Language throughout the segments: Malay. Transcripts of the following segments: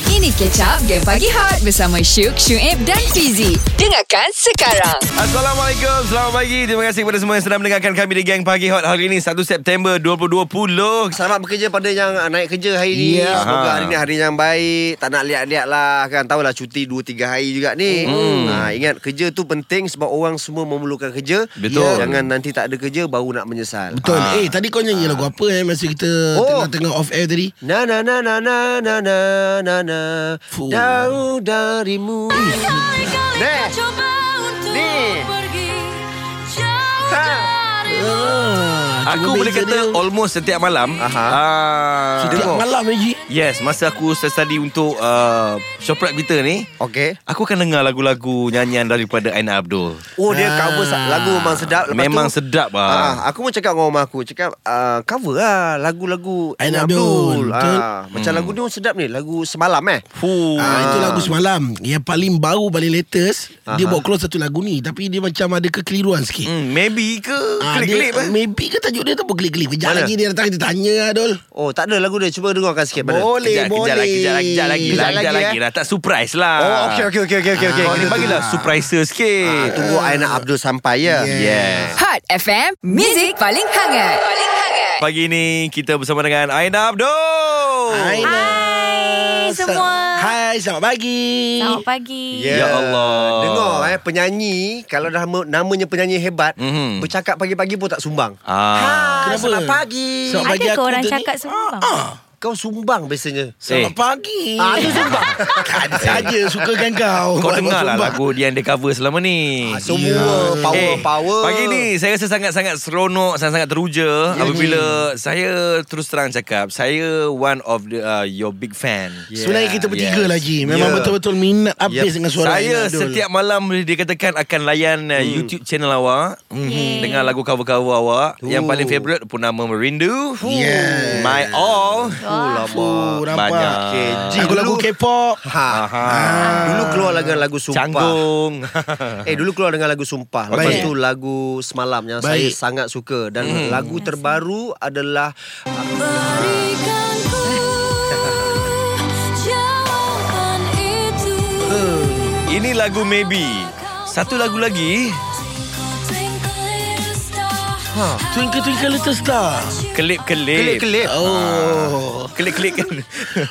Ini Catch Up Game Pagi Hot bersama Syuk, Syuib dan Fizi. Dengarkan sekarang. Assalamualaikum, selamat pagi. Terima kasih kepada semua yang sedang mendengarkan kami di Gang Pagi Hot hari ini 1 September 2020. Selamat bekerja pada yang ah, naik kerja hari ni. Ya. Semoga Ha. hari ni hari yang baik. Tak nak liat-liat lah kan. Tahulah cuti 2-3 hari juga ni. Ha, ingat kerja tu penting sebab orang semua memerlukan kerja. Betul. Ya, Jangan nanti tak ada kerja baru nak menyesal. Betul. Ah. Ha. Eh, tadi kau nyanyi lagu apa eh masa kita Oh. tengah-tengah off air tadi? Na na na na na na na na na Fuh. Jauh darimu Kali-kali Dek. kau cuba untuk Ni. pergi Jauh Ha. darimu Ah, Aku boleh kata almost setiap malam. Aha. Ah, setiap dengar. malam lagi. Yes, masa aku study untuk uh, Shoprite kita ni, Okay aku akan dengar lagu-lagu nyanyian daripada Aina Abdul. Oh dia Ah. cover sa- lagu memang sedap Lepas Memang tu, sedap ah. Ah, aku pun cakap dengan rumah aku Cakap ah, cover lah Lagu-lagu Ain Ain Abdul, Abdul, betul. ah, Macam lagu ni pun sedap ni Lagu semalam eh Fuh. Ah, itu lagu semalam Yang paling baru Paling latest Dia Aha. bawa keluar satu lagu ni Tapi dia macam ada kekeliruan sikit Hmm, eh? maybe ke? Ah, Klik-klik dia, apa? Maybe ke tajuk dia tu apa klik-klik Kejap Mana? lagi dia datang Kita tanya lah Dol Oh tak ada lagu dia Cuba dengarkan sikit pada Boleh Kejap, boleh kejap lagi, kejap lagi, kejap lagi, Kejap lah, kejap lagi, lagi eh. lah. lah. Tak surprise lah. Oh okey okey okey okey okey okey. Kau ni Kita bagilah surpriser Ah, sikit. tunggu Aina Abdul sampai ya. Yes. Hot FM, Music paling hangat. Paling hangat. Pagi ni kita bersama dengan Aina Abdul. Hai Hai semua. Hai selamat pagi Selamat pagi Ya Allah. Dengar eh penyanyi kalau dah me- namanya penyanyi hebat, Mhm. bercakap pagi-pagi pun tak sumbang. Ah. Hai, Kenapa? Selamat pagi. Selamat pagi Ada ke aku orang tadi. cakap semua bang? Kau sumbang biasanya. Selamat Eh. pagi Ah, tu sumbang. Kan saja Sukakan kau Kau dengar lah Sumbang. lagu dia yang dia cover selama ni. Ah, semua Ya. power Eh, power. Pagi ni saya rasa sangat-sangat seronok, sangat-sangat teruja Ya, apabila saya terus terang cakap, saya one of the uh, your big fan. Yeah. Sebenarnya kita Yes. Ya. bertiga yes. lagi Memang Yeah. yeah. betul-betul minat habis Yep. yep. dengan suara saya Aina Hmm. Dul. setiap malam boleh dikatakan akan layan uh, YouTube channel awak Yeay. dengan lagu cover-cover awak. Yang Ooh. paling favorite Purnama Merindu. Yes. My All. Wah. Oh, nampak Ah. Banyak. Okay, Eh, G Lagu-lagu dulu. K-pop Ha. Dulu keluar dengan lagu sumpah. Canggung. Eh dulu keluar dengan lagu Sumpah Lepas Baik. tu lagu Semalam Yang saya Baik. Hmm. sangat suka Dan lagu terbaru adalah Berikan ku jawapan itu Ini lagu Maybe. Satu lagu lagi, Ha. Twinkle Twinkle Little Star kelip-kelip. Kelip-kelip Oh Kelip-kelip kan.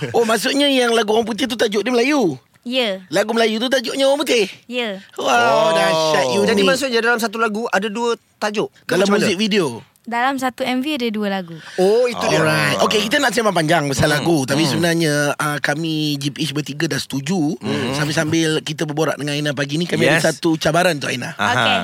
Oh maksudnya yang lagu orang putih tu tajuk dia Melayu Ya, Lagu Melayu tu tajuknya orang putih ya. Wow oh. dahsyat unik Jadi maksudnya dalam satu lagu Ada dua tajuk Ke Dalam macam mana? muzik video Dalam satu MV ada dua lagu. Oh itu dia Alright Okay kita nak sembang panjang Pasal lagu Tapi sebenarnya uh, Kami GPH bertiga dah setuju Sambil-sambil Kita berborak dengan Aina pagi ni Kami Yes. ada satu cabaran tu Aina Aha. Okey.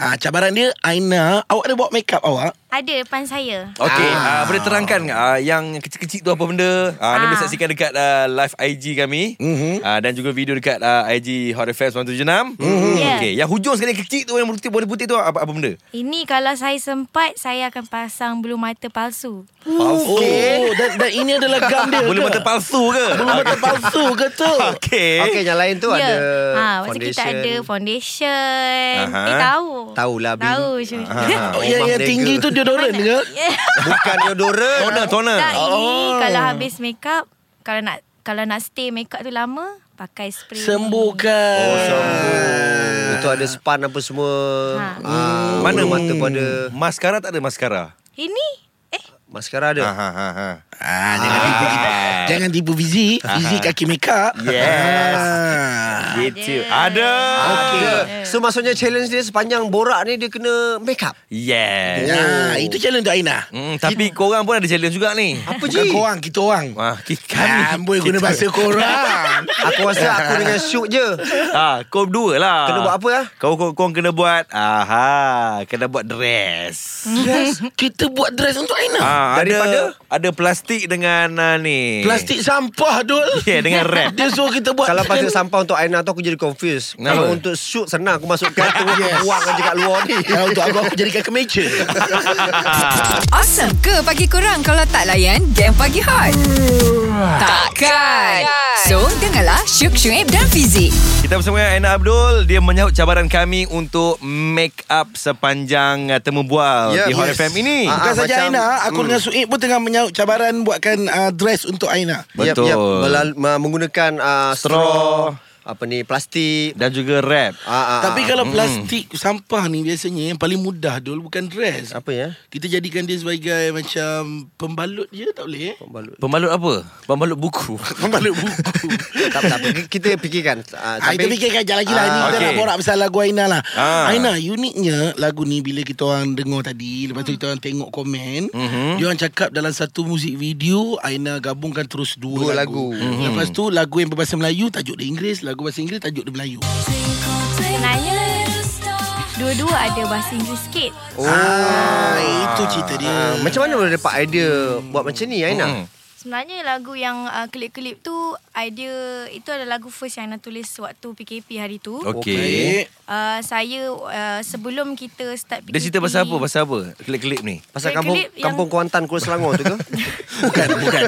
Ah, cabaran dia Aina Awak ada bawa make up awak Ada depan saya. Okey, ah. uh, boleh terangkan uh, yang kecil-kecil tu apa benda? Uh, Anda Ah. boleh saksikan dekat uh, live IG kami Mhm. uh, dan juga video dekat uh, IG Hot FM 176. Mm-hmm. Yeah. Okey, yang hujung sekali yang kecil tu yang putih warna putih tu apa apa benda? Ini kalau saya sempat, saya akan pasang bulu mata palsu. Okay oh, dan, dan ini adalah gam dia Boleh ke? mata palsu ke? Bulu mata palsu ke tu Okey. Okay yang lain tu Ya. ada ha, Masa Foundation kita ada foundation Aha. Eh tahu Tahulah, Bi. Tahu Syul. Ah, Oh, yang, Omah yang Merdeka. tinggi tu deodorant Mana? ke? Yeah. Bukan deodorant toner toner. Tak ini Oh. Kalau habis make up Kalau nak Kalau nak stay make up tu lama Pakai spray Sembuhkan. Oh sambung Ah. Itu ada span apa semua Ha. Hmm. ah, Mana mata pun ada Maskara tak ada maskara. Ini Eh Maskara ada Ha ha ha. Ah, jangan tipu kita. Jangan tipu Fizi. Fizi kaki make up. Yes. Ah. Gitu. Ada. Okay. So maksudnya challenge dia sepanjang borak ni dia kena make up. Yes. Ya, itu challenge untuk Aina. Hmm, tapi korang pun ada challenge juga ni. Apa Bukan je? korang, kita orang. Wah, Ah, ki- kami. Amboi guna bahasa korang. Aku rasa aku dengan Syuk je. Ha, kau dua lah. Kena buat apa lah? Kau kau kau kena buat aha, kena buat dress. dress. Kita buat dress untuk Aina. Ah, Daripada? ada ada plastik dengan ah, ni. Plastik sampah, Dul. Ya, yeah, dengan wrap. Dia suruh kita buat. Kalau pasal sampah untuk Aina tu aku jadi confused. Kenapa? Kalau untuk shoot senang aku masukkan tu aku buang aja kat luar ni. Ya, untuk aku, aku jadikan kemeja. Awesome ke pagi korang kalau tak layan Game Pagi Hot? Takkan. So, dengarlah Syuk Syuib dan Fizi. Kita bersama dengan Aina Abdul Dia menyahut cabaran kami Untuk make up sepanjang uh, Temu bual Ya, Di Hot yes. FM ini Ah, Bukan saja macam- Aina Aku Hmm. dengan Suib pun tengah menyahut cabaran Buatkan uh, dress untuk Aina Betul. Melal- ma- menggunakan uh, straw, Straw. apa ni plastik. Dan juga rap Ah, ah, ah. Tapi kalau plastik sampah ni Biasanya yang paling mudah Dul Bukan dress apa ya? Kita jadikan dia sebagai Macam Pembalut je tak boleh eh? Pembalut. Pembalut apa? Pembalut buku Pembalut buku tak, tak, apa. kita fikirkan. Uh, Ah, kita fikirkan je lagi lah Ini Ah, kita nak okey. borak pasal lagu Aina lah Ah. Aina uniknya Lagu ni bila kita orang dengar tadi Lepas Hmm. tu kita orang tengok komen Mhm. Dia orang cakap dalam satu muzik video Aina gabungkan terus dua, Dua lagu, lagu. Mhm. Lepas tu lagu yang berbahasa Melayu Tajuk dia Inggeris Lagu bahasa Inggeris tajuk dia Melayu Sebenarnya Dua-dua ada bahasa Inggeris sikit Oh. Ah, itu cerita dia. Ah, macam mana boleh dapat idea buat macam ni Aina? Sebenarnya lagu yang uh, klip-klip tu Idea Itu adalah lagu first yang Ana tulis Waktu PKP hari tu Okey Okey. Eh, uh, Saya uh, Sebelum kita start PKP Dia cerita pasal apa? Pasal apa? Klip-klip ni Pasal Saya kampung klip yang- kampung Kuantan Kuala Selangor tu ke? Bukan, bukan.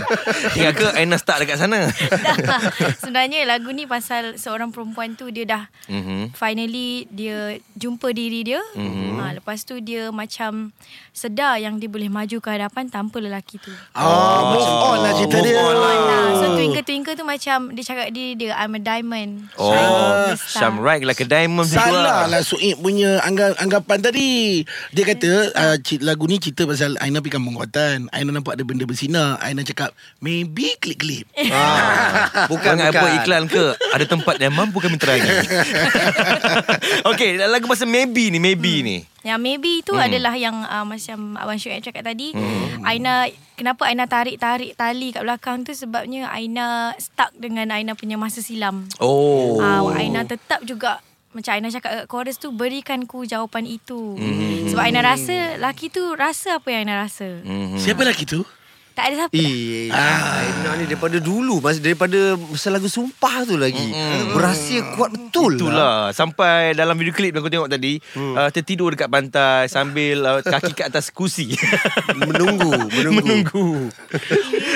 Ingat ke Aina start dekat sana? Dah. Sebenarnya lagu ni pasal seorang perempuan tu dia dah Mhm. finally dia jumpa diri dia. Mm-hmm. Ha, lepas tu dia macam sedar yang dia boleh maju ke hadapan tanpa lelaki tu. Ah, move on lah cerita Move dia. on lah. Uh, so twinkle twinkle tu macam dia cakap diri dia I'm a diamond. Oh, Syam right like a diamond gitu Salah lah Suib punya angga- anggapan tadi Dia kata uh, cik, lagu ni cerita pasal Aina pergi kampung Kuantan Aina nampak ada benda bersinar Aina cakap Maybe klik-klik ah. Bukan Bukan, bukan. apa bukan. iklan ke Ada tempat yang mampu kami terangi Okay Lagu pasal maybe ni Maybe hmm. ni Yang Ya, maybe tu Mhm. adalah yang uh, macam Abang Syuib cakap tadi. Aina, kenapa Aina tarik-tarik tali kat belakang tu sebabnya Aina stuck dengan Aina punya masa silam. Oh Oh. Uh, Aina tetap juga macam Aina cakap kat chorus tu Berikan ku jawapan itu Hmm. mm. Sebab Aina rasa Laki tu rasa apa yang Aina rasa Mhm. mm. Siapa lelaki tu? Tak ada siapa Eh, Aina ni daripada dulu mas daripada masa lagu sumpah tu lagi. Berhasil kuat betul. lah. Itulah Sampai dalam video klip yang kau tengok tadi hmm. uh, Tertidur dekat pantai Sambil uh, kaki kat atas kursi Menunggu, menunggu. Menunggu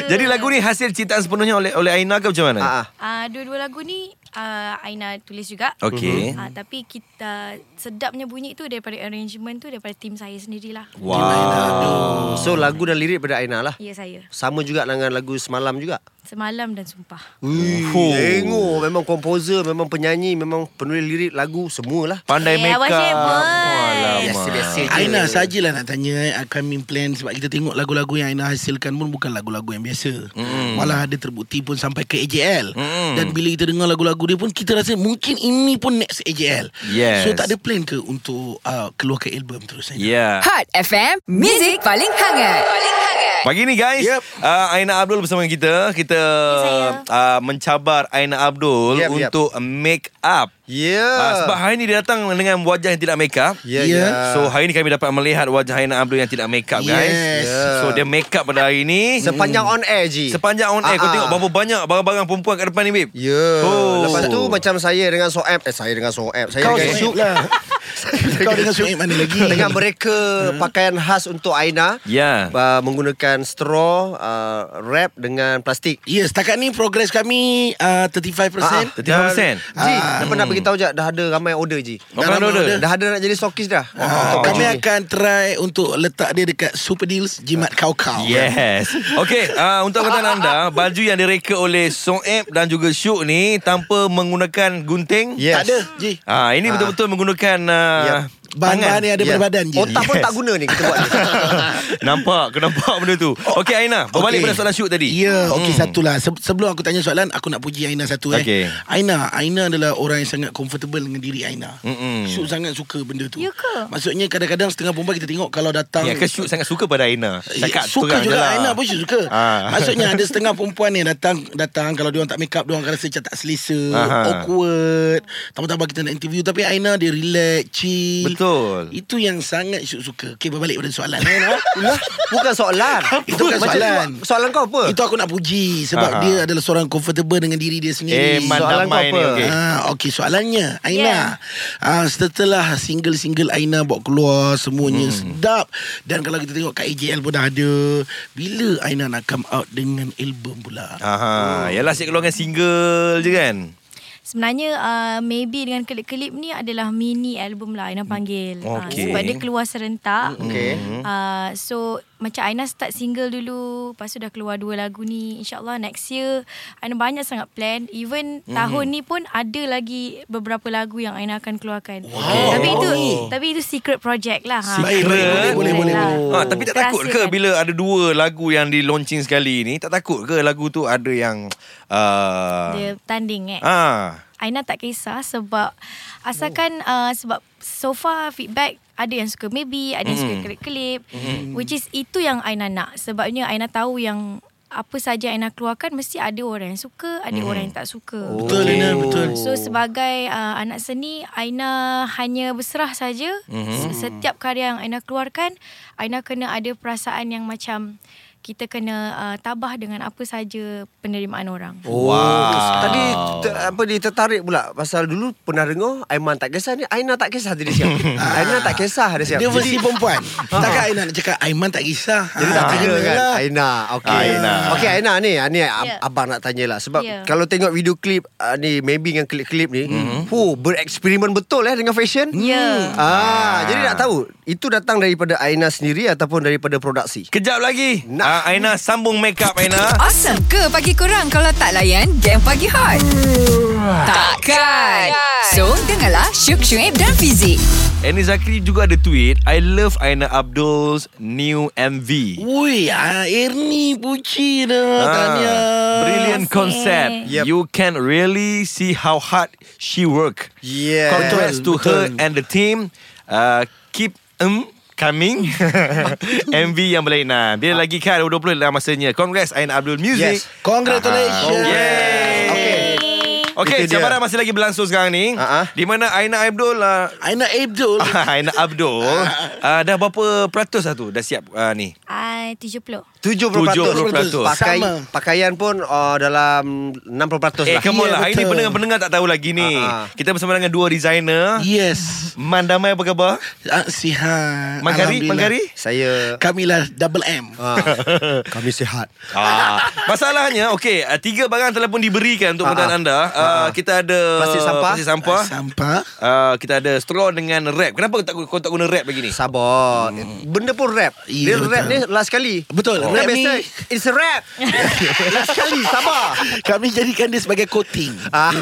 Jadi lagu ni hasil ciptaan sepenuhnya oleh oleh Aina ke macam mana? Ah, ah. uh, Dua-dua lagu ni uh, Aina tulis juga Okey. uh, Tapi kita Sedapnya bunyi tu Daripada arrangement tu Daripada tim saya sendirilah Wow Oh, So lagu dan lirik pada Aina lah. Ya saya Sama juga dengan lagu semalam juga. Semalam dan sumpah Ui, Oh. Tengok memang komposer, memang penyanyi, memang penulis lirik lagu semualah. Pandai Eh, make Abang Syed, up boy. Alamak Biasa-biasa je. Aina sajalah nak tanya eh, Coming plan Sebab kita tengok lagu-lagu yang Aina hasilkan pun Bukan lagu-lagu yang biasa Mhm. mm. Malah ada terbukti pun sampai ke AJL mm. Dan bila kita dengar lagu-lagu dia pun Kita rasa mungkin ini pun next AJL Yes. So tak ada plan ke untuk uh, keluarkan album terus Aina? Yeah Hot FM, Music paling hangat. Paling hangat. Pagi ni guys yep. Yep. uh, Aina Abdul bersama kita Kita saya. uh, mencabar Aina Abdul Yep, yep, yep. Untuk make up Ya. uh, Sebab hari ni dia datang dengan wajah yang tidak make up Ya, Ya. ya. So hari ni kami dapat melihat wajah Aina Abdul yang tidak make up guys Yes. Yeah. So dia make up pada hari ni Sepanjang on air je. Mm. Sepanjang on air Kau Ah, ah. tengok berapa banyak barang-barang perempuan kat depan ni babe Ya. Yeah. Oh. Oh. Lepas tu macam saya dengan Soeb, eh saya dengan Soeb, saya Kau dengan Syuk. Suib lah Kau dengan Suib mana lagi Dengan mereka pakaian khas untuk Aina. Hmm. Ya. Uh, menggunakan straw, uh, wrap dengan plastik. Ya, yes, setakat ni progres kami uh, 35%. Ah, ah, 35%. Ji, Ah. dah pernah beritahu je dah ada ramai order Ji. Oh, pernah Dalam ada order? Dah ada nak jadi stokis dah. Ah, Untuk baju kami ni. akan try untuk letak dia dekat Super Deals Jimat Kau Kau. Yes Okay uh, Untuk pengetahuan anda Baju yang direka oleh Soeb Dan juga Syuk ni Tanpa menggunakan gunting Yes. Tak ada, Ji. Ah ini betul-betul menggunakan uh, Yep. Bahan-bahan yang ada Ya. pada badan, Ji. Otak pun tak guna ni kita buat ni. Nampak, kau nampak benda tu. Okey Aina, berbalik okay. pada soalan shoot tadi. Oh, Ya, yeah, okey satulah. Se- sebelum aku tanya soalan, aku nak puji Aina satu eh. Okey. Aina, Aina adalah orang yang sangat comfortable dengan diri Aina. Mm-mm. Syuk sangat suka benda tu. Ya ke? Maksudnya kadang-kadang setengah perempuan kita tengok kalau datang Ya, kan shoot sangat suka pada Aina. Cakap Ya, suka terang je juga lah. Aina pun Syuk suka Ah. Maksudnya ada setengah perempuan yang datang Datang kalau dia orang tak make up Dia orang akan rasa macam tak selesa Aha. Awkward Tambah-tambah kita nak interview Tapi Aina dia relax Chill Betul. Betul. Itu yang sangat Syuk suka Okay berbalik pada soalan eh, Noh. Lah, bukan soalan. Itu bukan Macam soalan. tu, Soalan kau apa? kan Itu aku nak puji Sebab Aha. dia adalah seorang comfortable Dengan diri dia Eh, sendiri man Soalan kau damai ni. apa? Okay. Ah, okey soalannya Aina. Ah, setelah single-single Aina bawa keluar semuanya hmm. sedap dan kalau kita tengok kat AJL pun dah ada. Bila Aina nak come out dengan album pula? Oh. Aha, yalah asyik keluarkan single je kan. Sebenarnya uh, maybe dengan klip-klip ni adalah mini album lah Aina panggil. Mm. Ah, Okey. sebab dia keluar serentak. Mm-hmm. Okey. Uh, so macam Aina start single dulu, lepas tu dah keluar dua lagu ni. InsyaAllah next year Aina banyak sangat plan. Even Mm-hmm. tahun ni pun ada lagi beberapa lagu yang Aina akan keluarkan. Wow. Tapi itu Okey. tapi itu secret project lah. Ha. Baik, baik, Secret. boleh, boleh, boleh, Lah. boleh. Ha, tapi tak takut ke Rahsiakan. bila ada dua lagu yang di launching sekali ni, tak takut ke lagu tu ada yang uh, Dia tanding eh. Ah, Aina tak kisah sebab asalkan oh. uh, sebab so far feedback ada yang suka maybe, ada yang suka klip-klip mm. which is itu yang Aina nak sebabnya Aina tahu yang apa saja Aina keluarkan mesti ada orang yang suka, ada orang yang tak suka. Betul Okey. Aina, betul. So sebagai uh, anak seni Aina hanya berserah saja mm-hmm. setiap karya yang Aina keluarkan Aina kena ada perasaan yang macam kita kena uh, tabah dengan apa saja penerimaan orang. Oh. Tadi ter, apa dia tertarik pula pasal dulu pernah dengar Aiman tak kisah ni Aina tak kisah tadi siap. Aina tak kisah dia siap. Dia versi Jadi- perempuan. Takkan Aina nak cakap Aiman tak kisah. Jadi tak Ah, kira Aina kan lah. Aina Okay Aina. Okay Aina ni ah, Ni ab- Ya. abang nak tanya lah Sebab Ya. kalau tengok video klip ah, Ni maybe dengan klip-klip Mhm. ni mm-hmm. Fuh bereksperimen betul eh Dengan fashion Ya. ah, Jadi nak tahu Itu datang daripada Aina sendiri Ataupun daripada produksi Kejap lagi. Nah. Ah, Aina sambung make up Aina. Awesome ke pagi korang kalau tak layan game pagi hot? Takkan. So, dengarlah Syuk Syuib dan Fizik. Annie Zakri juga ada tweet, I love Aina Abdul's new MV. Ui, ah, Ernie puji dah. Ah, Tahniah. Brilliant Terima kasih. concept. Yep. You can really see how hard she work. Yeah Congrats to Betul, her betul. and the team. Uh, keep um coming. MV yang berlainan. Bila lagi kan 20 dah masanya. Congrats Aina Abdul Music. Ah. Yes. Oh, Congratulations. Aha. Yay. Okay Okay, Itu dia. cabaran masih lagi berlangsung sekarang ni. Ah, ah. Di mana Aina Abdul uh, Aina Abdul. Aina Abdul uh, Ah. dah berapa peratus lah tu dah siap uh, ni? Ah 70. 70%, 70%. Pakai, Sama. Pakaian pun uh, dalam 60% Eh, lah come on Ya, lah. Hari ni betul. pendengar-pendengar tak tahu lagi ni. Ah, ah. Kita bersama dengan dua designer. Yes. Man Damai apa khabar? Ah, sihat. Mangkari, Alhamdulillah. Mangkari? Saya Kamilah double M. ah, Kami sihat Ah. Masalahnya, okey, ah, tiga barang telah pun diberikan untuk Ah, pendataan ah. anda. Ah, Ah, ah. kita ada Plastik sampah. Plastik sampah. Sampah. Ah, kita ada straw dengan wrap. Kenapa tak kau tak guna wrap lagi ni? Sabar Benda pun rap Dia Ya, rap Hmm. betul. ni last kali Betul, oh. rap Rap biasa ni- It's a rap Last kali Sabar Kami jadikan dia sebagai coating. Ah, eh?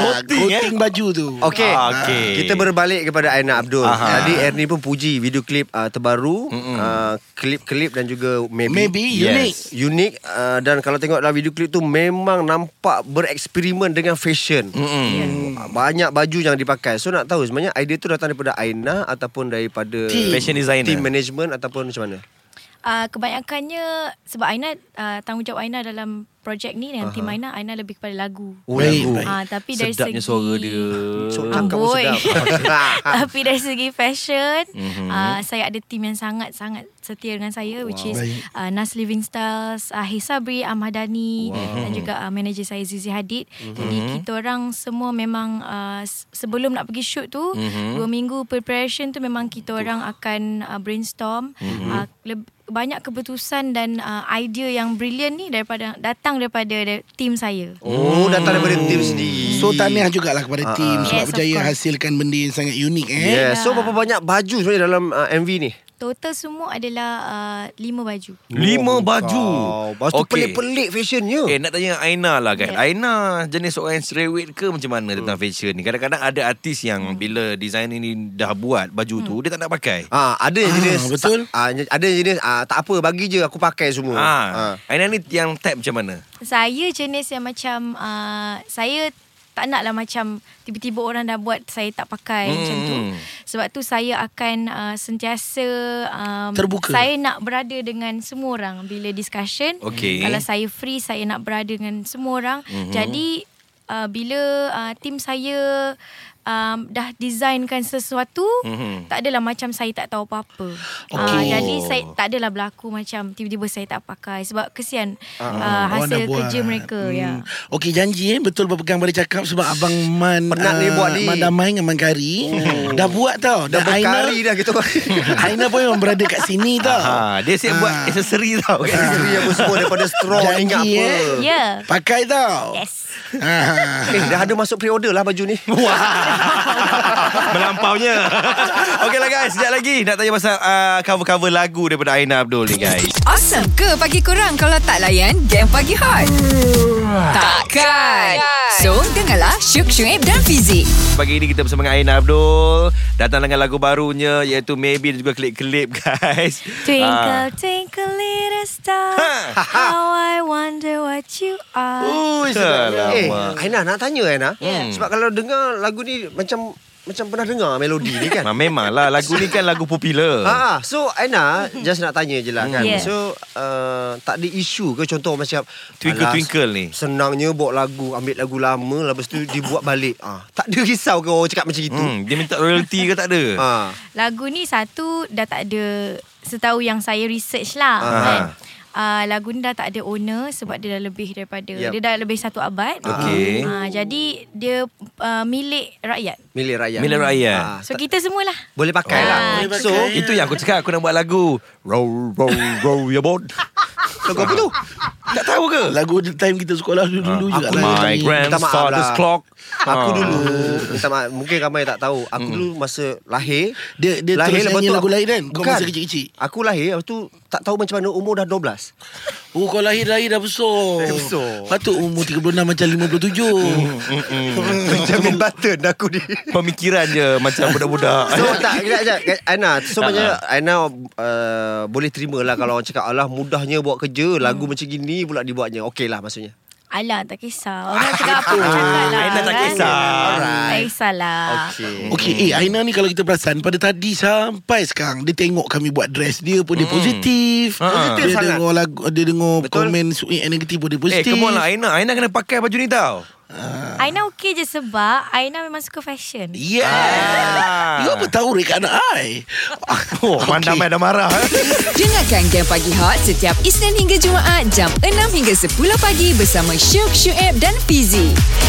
coating, coating baju tu. Okay. Ah, okey. Kita berbalik kepada Aina Abdul Aha. Tadi Ernie pun puji Video klip uh, terbaru uh, Klip-klip dan juga Maybe, Maybe Yes. unique. Unik uh, Dan kalau tengok dalam video klip tu Memang nampak Bereksperimen dengan fashion Mm. Uh, Banyak baju yang dipakai So nak tahu sebenarnya Idea tu datang daripada Aina Ataupun daripada Team. Fashion designer. Team management Ataupun macam mana Uh, kebanyakannya sebab Aina uh, tanggungjawab Aina dalam projek ni dengan tim Aina Aina lebih kepada lagu. Oh, Baik, lagu. baik. Ah uh, tapi dari Sedapnya segi suara dia. So, Ah, cakap pun boy. sedap. tapi dari segi fashion mm-hmm. uh, saya ada tim yang sangat-sangat setia dengan saya wow. which is Baik. uh, Nas Living Styles, uh, Hey Sabri, Ahmadani wow. dan juga uh, manager saya Zizi Hadid. Mm-hmm. Jadi kita orang semua memang uh, s- sebelum nak pergi shoot tu mm-hmm. dua minggu preparation tu memang kita orang akan uh, brainstorm mm-hmm. uh, leb- banyak keputusan dan uh, idea yang brilliant ni daripada datang daripada da- tim saya. Oh, datang daripada tim sendiri. Hmm. So tahniah eh? jugalah Ah, kepada tim sebab Yes, of berjaya course. Ya, hasilkan benda yang sangat unik eh. Yeah. So berapa banyak baju sebenarnya dalam uh, MV ni? Total semua adalah uh, lima baju. Lima baju. Oh, Wow. Baju tu Okey. pelik-pelik fashionnya. Eh nak tanya Aina lah kan Ya. Aina jenis orang yang cerewet ke Macam mana Hmm. tentang fashion ni Kadang-kadang ada artis yang Bila designer ni dah buat baju tu Dia tak nak pakai Ah, ada yang Ah, jenis betul. Ah, ada yang jenis ah, tak apa bagi je aku pakai semua. Ah, Aina ni yang type macam mana Saya jenis yang macam uh, saya tak nak lah macam tiba-tiba orang dah buat saya tak pakai Hmm. hmm. macam tu. Sebab tu saya akan uh, sentiasa um, Terbuka. Saya nak berada dengan semua orang bila discussion. Okey. Kalau saya free saya nak berada dengan semua orang. Hmm. Jadi uh, bila uh, tim saya um, dah designkan sesuatu, Mhm. mm-hmm. tak adalah macam saya tak tahu apa-apa. Okay. Uh, Okey. jadi saya tak adalah berlaku macam tiba-tiba saya tak pakai sebab kesian uh, uh, Orang dah hasil buat. kerja mereka hmm. ya. Okey janji eh Betul berpegang pada cakap Sebab Abang Man eh, Penat ni buat ni. Man Damai dengan Man Kari oh. Dah buat tau Dah berkali Aina, dah kita Aina pun memang berada kat sini tau Ha, dia siap Ah. buat aksesori tau. kan? Isteri apa semua Daripada straw Janji, Ingat apa eh. Ya. Yeah. Pakai tau Yes. Ah. Eh, dah ada masuk pre-order lah baju ni. Melampaunya Okay lah guys Sekejap lagi Nak tanya pasal uh, Cover-cover lagu Daripada Aina Abdul ni guys Awesome ke pagi korang kalau tak layan game pagi hot? Takkan. So, dengarlah Syuk Syuib dan Fizik. Pagi ini kita bersama dengan Aina Abdul Datang dengan lagu barunya Iaitu Maybe Dan juga klip-klip guys Twinkle, twinkle, little star. Ha. How I wonder what you Oh. are. Ui, Eh, Alamak Aina nak tanya Aina. Yeah. Sebab kalau dengar lagu ni macam macam pernah dengar melodi ni kan. Ma, Ah, memanglah lagu ni kan lagu popular. Ha. Ha, so Aina Mm-hmm. just nak tanya je lah kan. Yeah. So uh, tak ada isu ke contoh macam Twinkle alas, Twinkle ni. Senangnya buat lagu, ambil lagu lama lepas tu dibuat balik. Ah, tak ada risau ke orang cakap macam itu. Hmm, dia minta royalty ke tak ada? Ha. Lagu ni satu dah tak ada setahu yang saya research lah Ah. kan. Uh, lagu ni dah tak ada owner sebab dia dah lebih daripada Yep. dia dah lebih satu abad. Okey. Uh, jadi dia uh, milik rakyat. Milik rakyat. Milik rakyat. Ah, So tak- kita semualah. boleh pakai lah. Ah, Boleh So, pakai. Itu yang aku cakap aku nak buat lagu. Row row row your boat. lagu apa tu? Tak tahu ke? Lagu time kita sekolah dulu-dulu Ah, juga aku lah My ni. grandfather's lah. clock. Aku Ah. Hmm. dulu minta maaf, Mungkin ramai tak tahu Aku dulu masa lahir Dia- dia terus nyanyi lagu aku- lain kan? Kau Bukan. masa kecil-kecil? Aku lahir Lepas tu Tak tahu macam mana Umur dah 12 Oh kau lahir-lahir dah besar Dah besar. Mm, Patut umur 36 macam 57 Jamin button aku ni Pemikiran je macam budak-budak. So tak Kejap kejap Aina So macam Aina uh, Boleh terima lah Kalau orang cakap Alah mudahnya buat kerja Lagu macam gini pula dibuatnya Okey lah maksudnya Alah tak kisah. Orang cakap apa cakap lah. Aina tak kan? kisah. Tak kisahlah. Okey Okey, eh Aina ni kalau kita perasan pada tadi sampai sekarang dia tengok kami buat dress dia pun dia Mm. positif. Ha. Positif Dia sangat. dengar lagu dia dengar Betul. komen sui- negatif pun dia Eh, positif. come on lah Aina. Aina kena pakai baju ni tau. Aina okey je sebab Aina memang suka fashion. Yeah. Ah. Ah. You apa tahu rek anak ai? Oh, okay. Okey. pandai dah marah. eh. Dengarkan game pagi hot setiap Isnin hingga Jumaat jam 6 hingga 10 pagi bersama Syuk Syuib dan Fizik.